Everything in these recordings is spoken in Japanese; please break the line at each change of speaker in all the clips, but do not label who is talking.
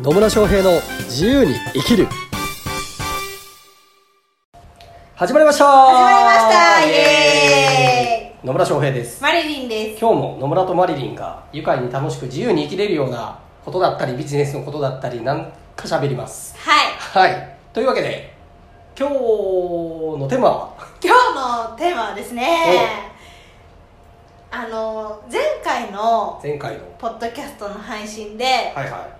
野村翔平の自由に生きる始まりました
始まりましたイエ
野村翔平です
ーイマリリンです
今日も野村とマリリンが愉快に楽しく自由に生きれるようなことだったりビジネスのことだったりなんか喋ります
はい
はいというわけで今日のテーマは
今日のテーマはですねあの前回の
前回の
ポッドキャストの配信で、
はいはい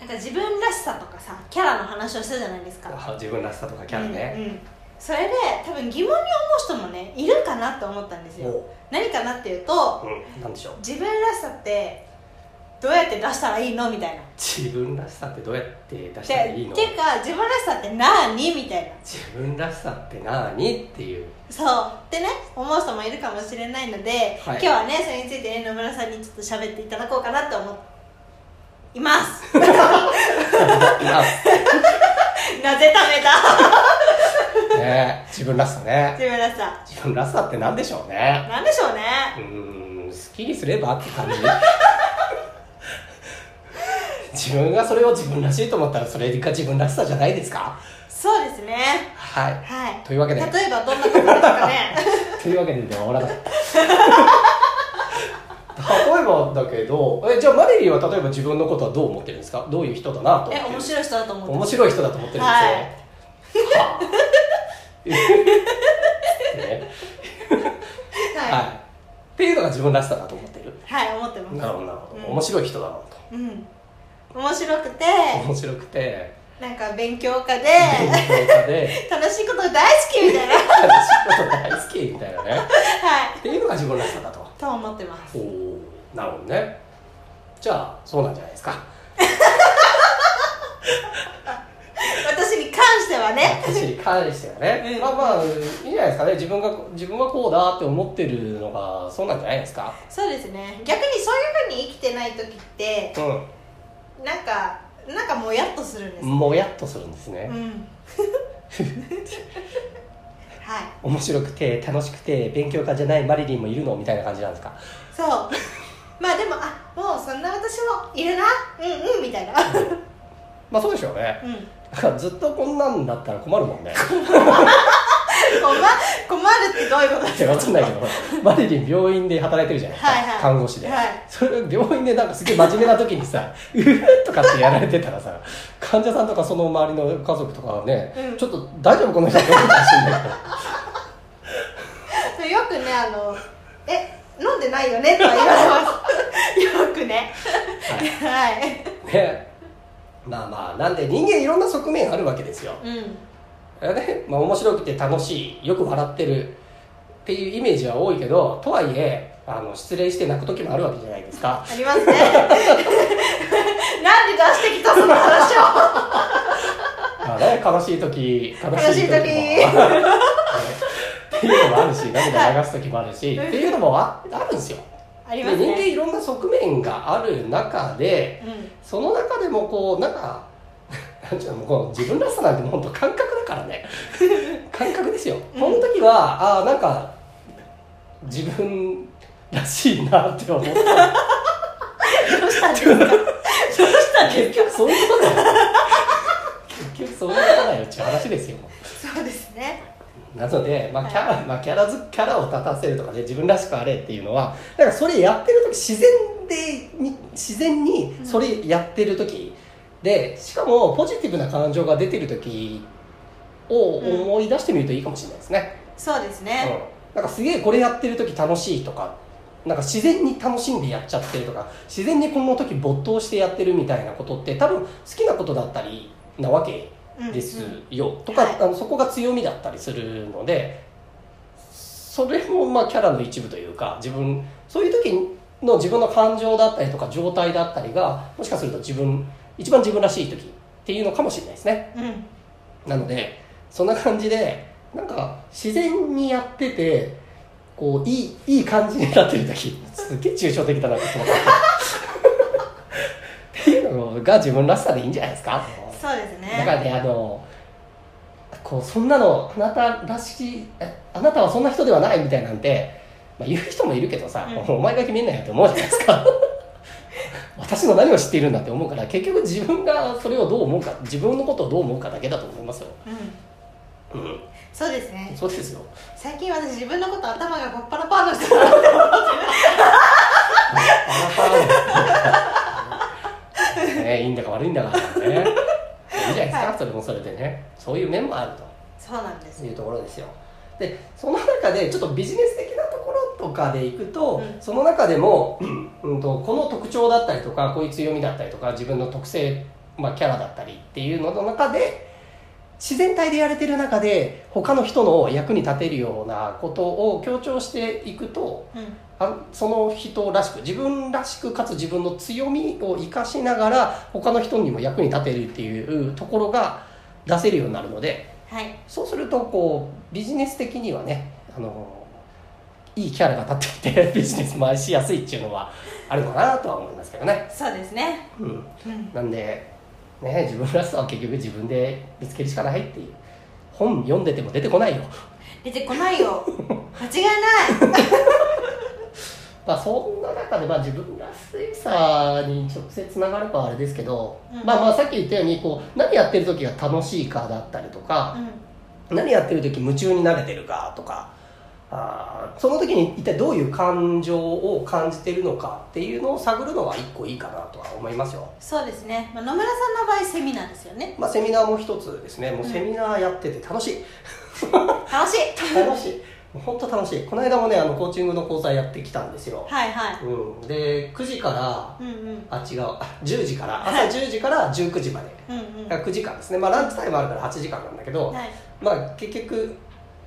なんか自分らしさとかさキャラの話をしたじゃないですか
あ自分らしさとかキャラ
うん
ね、
うんそれで多分疑問に思う人もねいるかなって思ったんですよ
お
何かなっていうと
うん、なんでしょう
自分らしさってどうやって出したらいいのみたいな
自分らしさってどうやって出したら
で
いいの
っていうか自分らしさって何みたいな
自分らしさって何っていう
そうってね思う人もいるかもしれないので、
はい
今日はねそれについてね野村さんにちょっと喋っていただこうかなと思います
な
なぜ食べた
ね自分らしさね
自分らしさ
自分らしさって何でしょうね
なんでしょう
う
ね
ーん好きにすればって感じ自分がそれを自分らしいと思ったらそれが自分らしさじゃないですか
そうですね
はい
はい
というわけ
例
で
えばどんなことです かね
というわけ で治らなかった例えばだけどえじゃあマリリンは例えば自分のことはどう思ってるんですかどういう人だなと思って
え
る
面白い人だと思って
面
ます
白い人だと思ってるんですよ、はあね
はい
はい、っていうのが自分らしさだと思ってる
はい、思ってます
なるほどなるほど、
うん
面白い人だなと
うん面白く て
面白くて
なんか勉強 家で
勉強家で
楽しいことが大好きみたいなはい
楽しいこと大好きみたいなねっていうのが自分らしさだと
と思ってます
おおなるほどねじゃあそうなんじゃないですか
私に関してはね
私に関してはね、
うん
まあまあいいんじゃないですかね自分が自分はこうだって思ってるのがそうなんじゃないですか
そうですね逆にそういうふうに生きてない時って
う
なんかなんかもやっとするんです
んもやっとするんですね、
うんはい
面白くて楽しくて勉強家じゃないマリリンもいるのみたいな感じなんですか
そう まあでもあもうそんな私もいるなうんうんみたいな
まあそうでしょうね
うん
だからずっとこんなんだったら困るもんね
困困るってどういうことです
いや
か
わかんないけどマリリン病院で働いてるじゃないですか、
はいはい
看護師で、
はい
それ病院でなんかすげえ真面目な時にさ 「うーとかってやられてたらさ患者さんとかその周りの家族とかはね、
うん
ちょっと大丈夫この人って思ってほしいんだけど
そうよくねあのえ飲んでないよねとは言われます よくねはい、
ねまあまあなんで人間いろんな側面あるわけですよ、
うん
ねまあ、面白くて楽しいよく笑ってるっていうイメージは多いけどとはいえあの失恋して泣く時もあるわけじゃないです か
ありますねなんで出してきたその話を
まあね、悲しい時悲しい 時も
悲しい時
っていうのもあるし涙流す時もあるし、
はい
っていうのもああるんですよ
あり
で
ます
人間
ね
いろんな側面がある中で
うん
その中でもこうなんか なんちゅうのこの自分らしさなんてもう本当感覚だからね 感覚ですよ、
うん
この時はああなんか自分らしいなって思った
どうしたんですかどうしたん
結
ですか
局そういうことだよ結局そういうことだよっていう話ですよ
そうですね
なので、まあ
はい
キャラまあ、キャラずキャラを立たせるとかで自分らしくあれっていうのはなんかそれやってる時自然でに自然にそれやってる時、でしかもポジティブな感情が出てる時を
うん
思い出してみるといいかもしれないですね、
そうです
うん
ね、
なんかすげえこれやってる時楽しいとかなんか自然に楽しんでやっちゃってるとか自然にこの時没頭してやってるみたいなことって多分好きなことだったりなわけ
うん
です
うん
よ、とか、
はい
あのそこが強みだったりするのでそれもまあキャラの一部というか自分そういう時の自分の感情だったりとか状態だったりがもしかすると自分一番自分らしい時っていうのかもしれないですね
うん
なのでそんな感じでなんか自然にやっててこういいいい感じになってる時すっげえ抽象的だなって思ったっていうのが自分らしさでいいんじゃないですか
そうです
だか
ね
らねあのこうそんなのあなたらしいえあなたはそんな人ではないみたいなんて、まあ、言う人もいるけどさ、
うん
お前が決めんなよって思うじゃないですか 私の何を知っているんだって思うから結局自分がそれをどう思うか自分のことをどう思うかだけだと思いますよ、
うん
うん、
そうですね
そうですよ
最近私自分のこと頭がパッパラパーの人だなって
ね、いいんだか悪いんだかねいいじゃないですか、
はい
それもそれでねそういう面もあると
そうなんです
いうところですよでその中でちょっとビジネス的なところとかでいくと、
うん
その中でも、うんうんとこの特徴だったりとかこういう強みだったりとか自分の特性、まあ、キャラだったりっていうのの中で自然体でやれてる中で他の人の役に立てるようなことを強調していくと
うん
あその人らしく自分らしくかつ自分の強みを生かしながら他の人にも役に立てるっていうところが出せるようになるので
はい
そうするとこうビジネス的にはねあのいいキャラが立ってい てビジネス回しやすいっていうのはあるのかなとは思いますけどね、
そうですね
うん、
うん
なんで、ね、自分らしさは結局自分で見つけるしかないっていう本読んでても出てこないよ
出てこないよ間違いない
まあ、そんな中で、まあ、自分らしさに直接つながるかはあれですけど、
うん
まあ、まあさっき言ったようにこう何やってる時が楽しいかだったりとか、何やってる時夢中になれてるかとかあーその時に一体どういう感情を感じてるのかっていうのを探るのは一個いいかなとは思いますよ。
そうですね、まあ、野村さんの場合セミナーですよね
まあ、セミナーも一つですねもう
うん
セミナーやってて楽しい、
楽しい
楽しいもう本当楽しいこの間もねあのコーチングの講座やってきたんですよ、
はいは
うん、で9時から
いうんうん
あ違うあ10時から朝10時から19時まで
うんうん
9時間ですねまあランチタイムあるから8時間なんだけど、
はい
まあ結局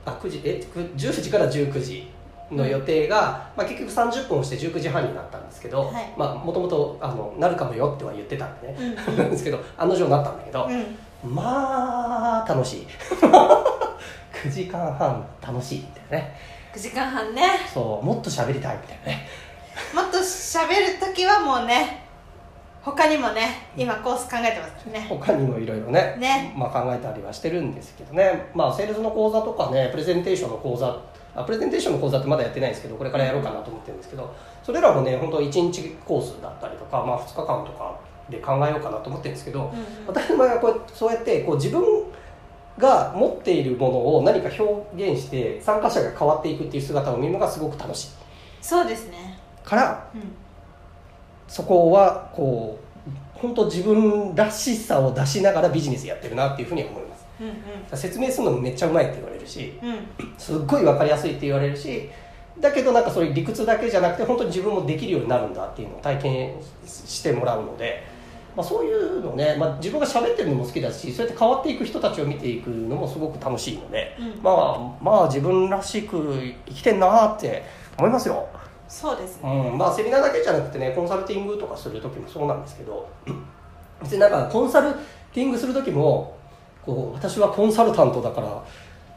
あ9時え9 10時から19時の予定が、まあ、結局30分をして19時半になったんですけど、
はい
まあもともとなるかもよっては言ってたんでね、
うんうん
なんですけど案の定なったんだけど、
うん
まあ楽 しい9時間半楽しいみたいなね
9時間半ね
そうもっと喋りたいみたいなね
もっと喋るときはもうね他にもね今コース考えてますね
他にもいろいろね
ね
まあ、考えたりはしてるんですけどね、まあ、セールスの講座とかねプレゼンテーションの講座あプレゼンテーションの講座ってまだやってないんですけどこれからやろうかなと思ってるんですけどそれらもね本当1日コースだったりとか、まあ、2日間とかで考えようかなと思ってるんですけど
うんうん
私の場合はこうそうやってこう自分が持っているものを何か表現して参加者が変わっていくっていう姿を見るのがすごく楽しい
そうですね
から
うん
そこはこう本当自分らしさを出しながらビジネスやってるなっていうふうには思います。
うん
説明するのめっちゃうまいって言われるし
うんうん
すっごい分かりやすいって言われるしだけどなんかそれ理屈だけじゃなくて本当に自分もできるようになるんだっていうのを体験してもらうので、まあ、そういうのね、まあ、自分が喋ってるのも好きだしそうやって変わっていく人たちを見ていくのもすごく楽しいので、
うん
まあまあ自分らしく生きてんなーって思いますよ。
そうです
う
ね
んまあ、セミナーだけじゃなくてねコンサルティングとかする時もそうなんですけど 別になんかコンサルティングする時もこう私はコンサルタントだから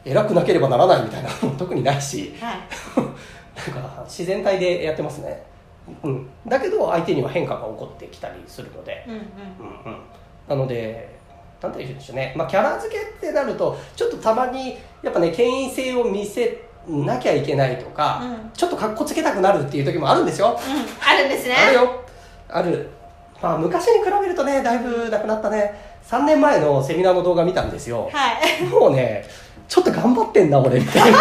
偉くなければならないみたいな 特にないし
はい
なんか自然体でやってますね、うん、だけど相手には変化が起こってきたりするので、
うんう
う
ん
んうん、なのでなんて言うんでしょうね、まあ、キャラ付けってなるとちょっとたまにやっぱね権威性を見せなきゃいけないとか、
うん
ちょっとかっこつけたくなるっていう時もあるんですよ
うんあるんですね
あるよあるまあ昔に比べるとねだいぶなくなったね3年前のセミナーの動画見たんですよ
はい
もうねちょっと頑張ってんな俺 みたいな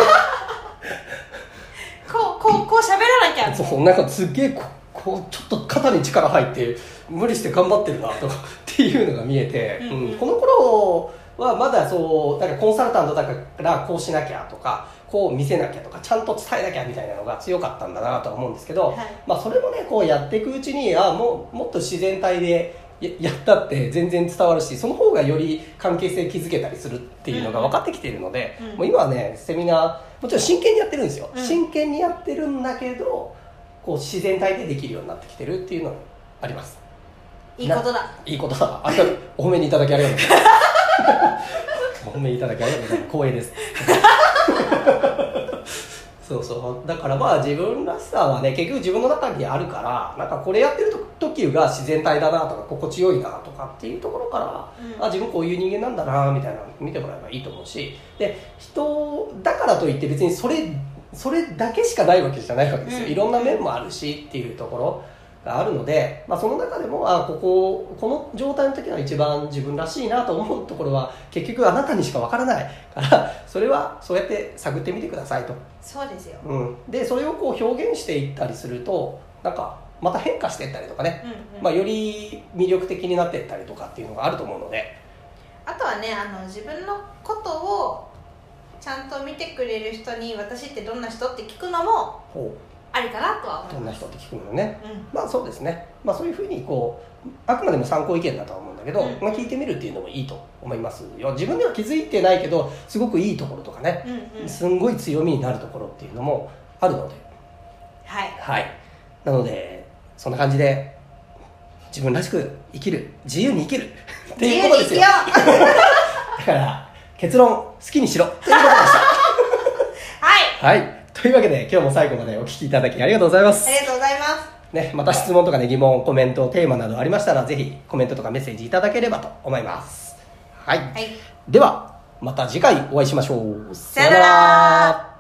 こうこうこう喋らなきゃ
そうなんかすっげえここうちょっと肩に力入って無理して頑張ってるなとかっていうのが見えて、
うんうん
うんこの頃はまだそうなんかコンサルタントだからこうしなきゃとかこう見せなきゃとかちゃんと伝えなきゃみたいなのが強かったんだなとは思うんですけど、
はい
まあ、それもねこうやっていくうちにあもうもっと自然体でややったって全然伝わるしその方がより関係性築けたりするっていうのが分かってきているので、
うん
もう今はねセミナーもちろん真剣にやってるんですよ、
うん
真剣にやってるんだけどこう自然体でできるようになってきてるっていうのがあります
いいことだ
いいことだありがとうお褒めにいただきありがとうございますお褒めにいただきありがとうご ざいます光栄です そうそうだからまあ自分らしさはね結局自分の中にあるからなんかこれやってる時が自然体だなとか心地よいなとかっていうところから、
うん
あ自分こういう人間なんだなみたいなの見てもらえばいいと思うしで人だからといって別にそれそれだけしかないわけじゃないわけですよ、
うん
いろんな面もあるしっていうところがあるので、まあ、その中でもあこここの状態の時が一番自分らしいなと思うところは結局あなたにしかわからないから それはそうやって探ってみてくださいと、
そうですよ、
うん、でそれをこう表現していったりするとなんかまた変化していったりとかね、
うんうん
まあ、より魅力的になっていったりとかっていうのがあると思うので、
あとはねあの自分のことをちゃんと見てくれる人に私ってどんな人って聞くのも
ほ
ありかなとは
う
思
ど
い
ん
ま
な人って聞くのね
す、うん、
まあそうですね、まあ、そういうふうにこうあくまでも参考意見だとは思うんだけど、
うん
まあ、聞いてみるっていうのもいいと思いますよ自分では気づいてないけどすごくいいところとかね、
うんうん
すんごい強みになるところっていうのもあるので
はい
はいなのでそんな感じで自分らしく生きる自由に生きるっていうことですよ
自由に生きよう
だから結論好きにしろということでし
はい
たはいというわけで今日も最後までお聞きいただきありがとうございます
ありがとうございます
ね、また質問とかね、疑問、コメント、テーマなどありましたら、ぜひコメントとかメッセージいただければと思います。はい。
はい
では、また次回お会いしましょう。
さよなら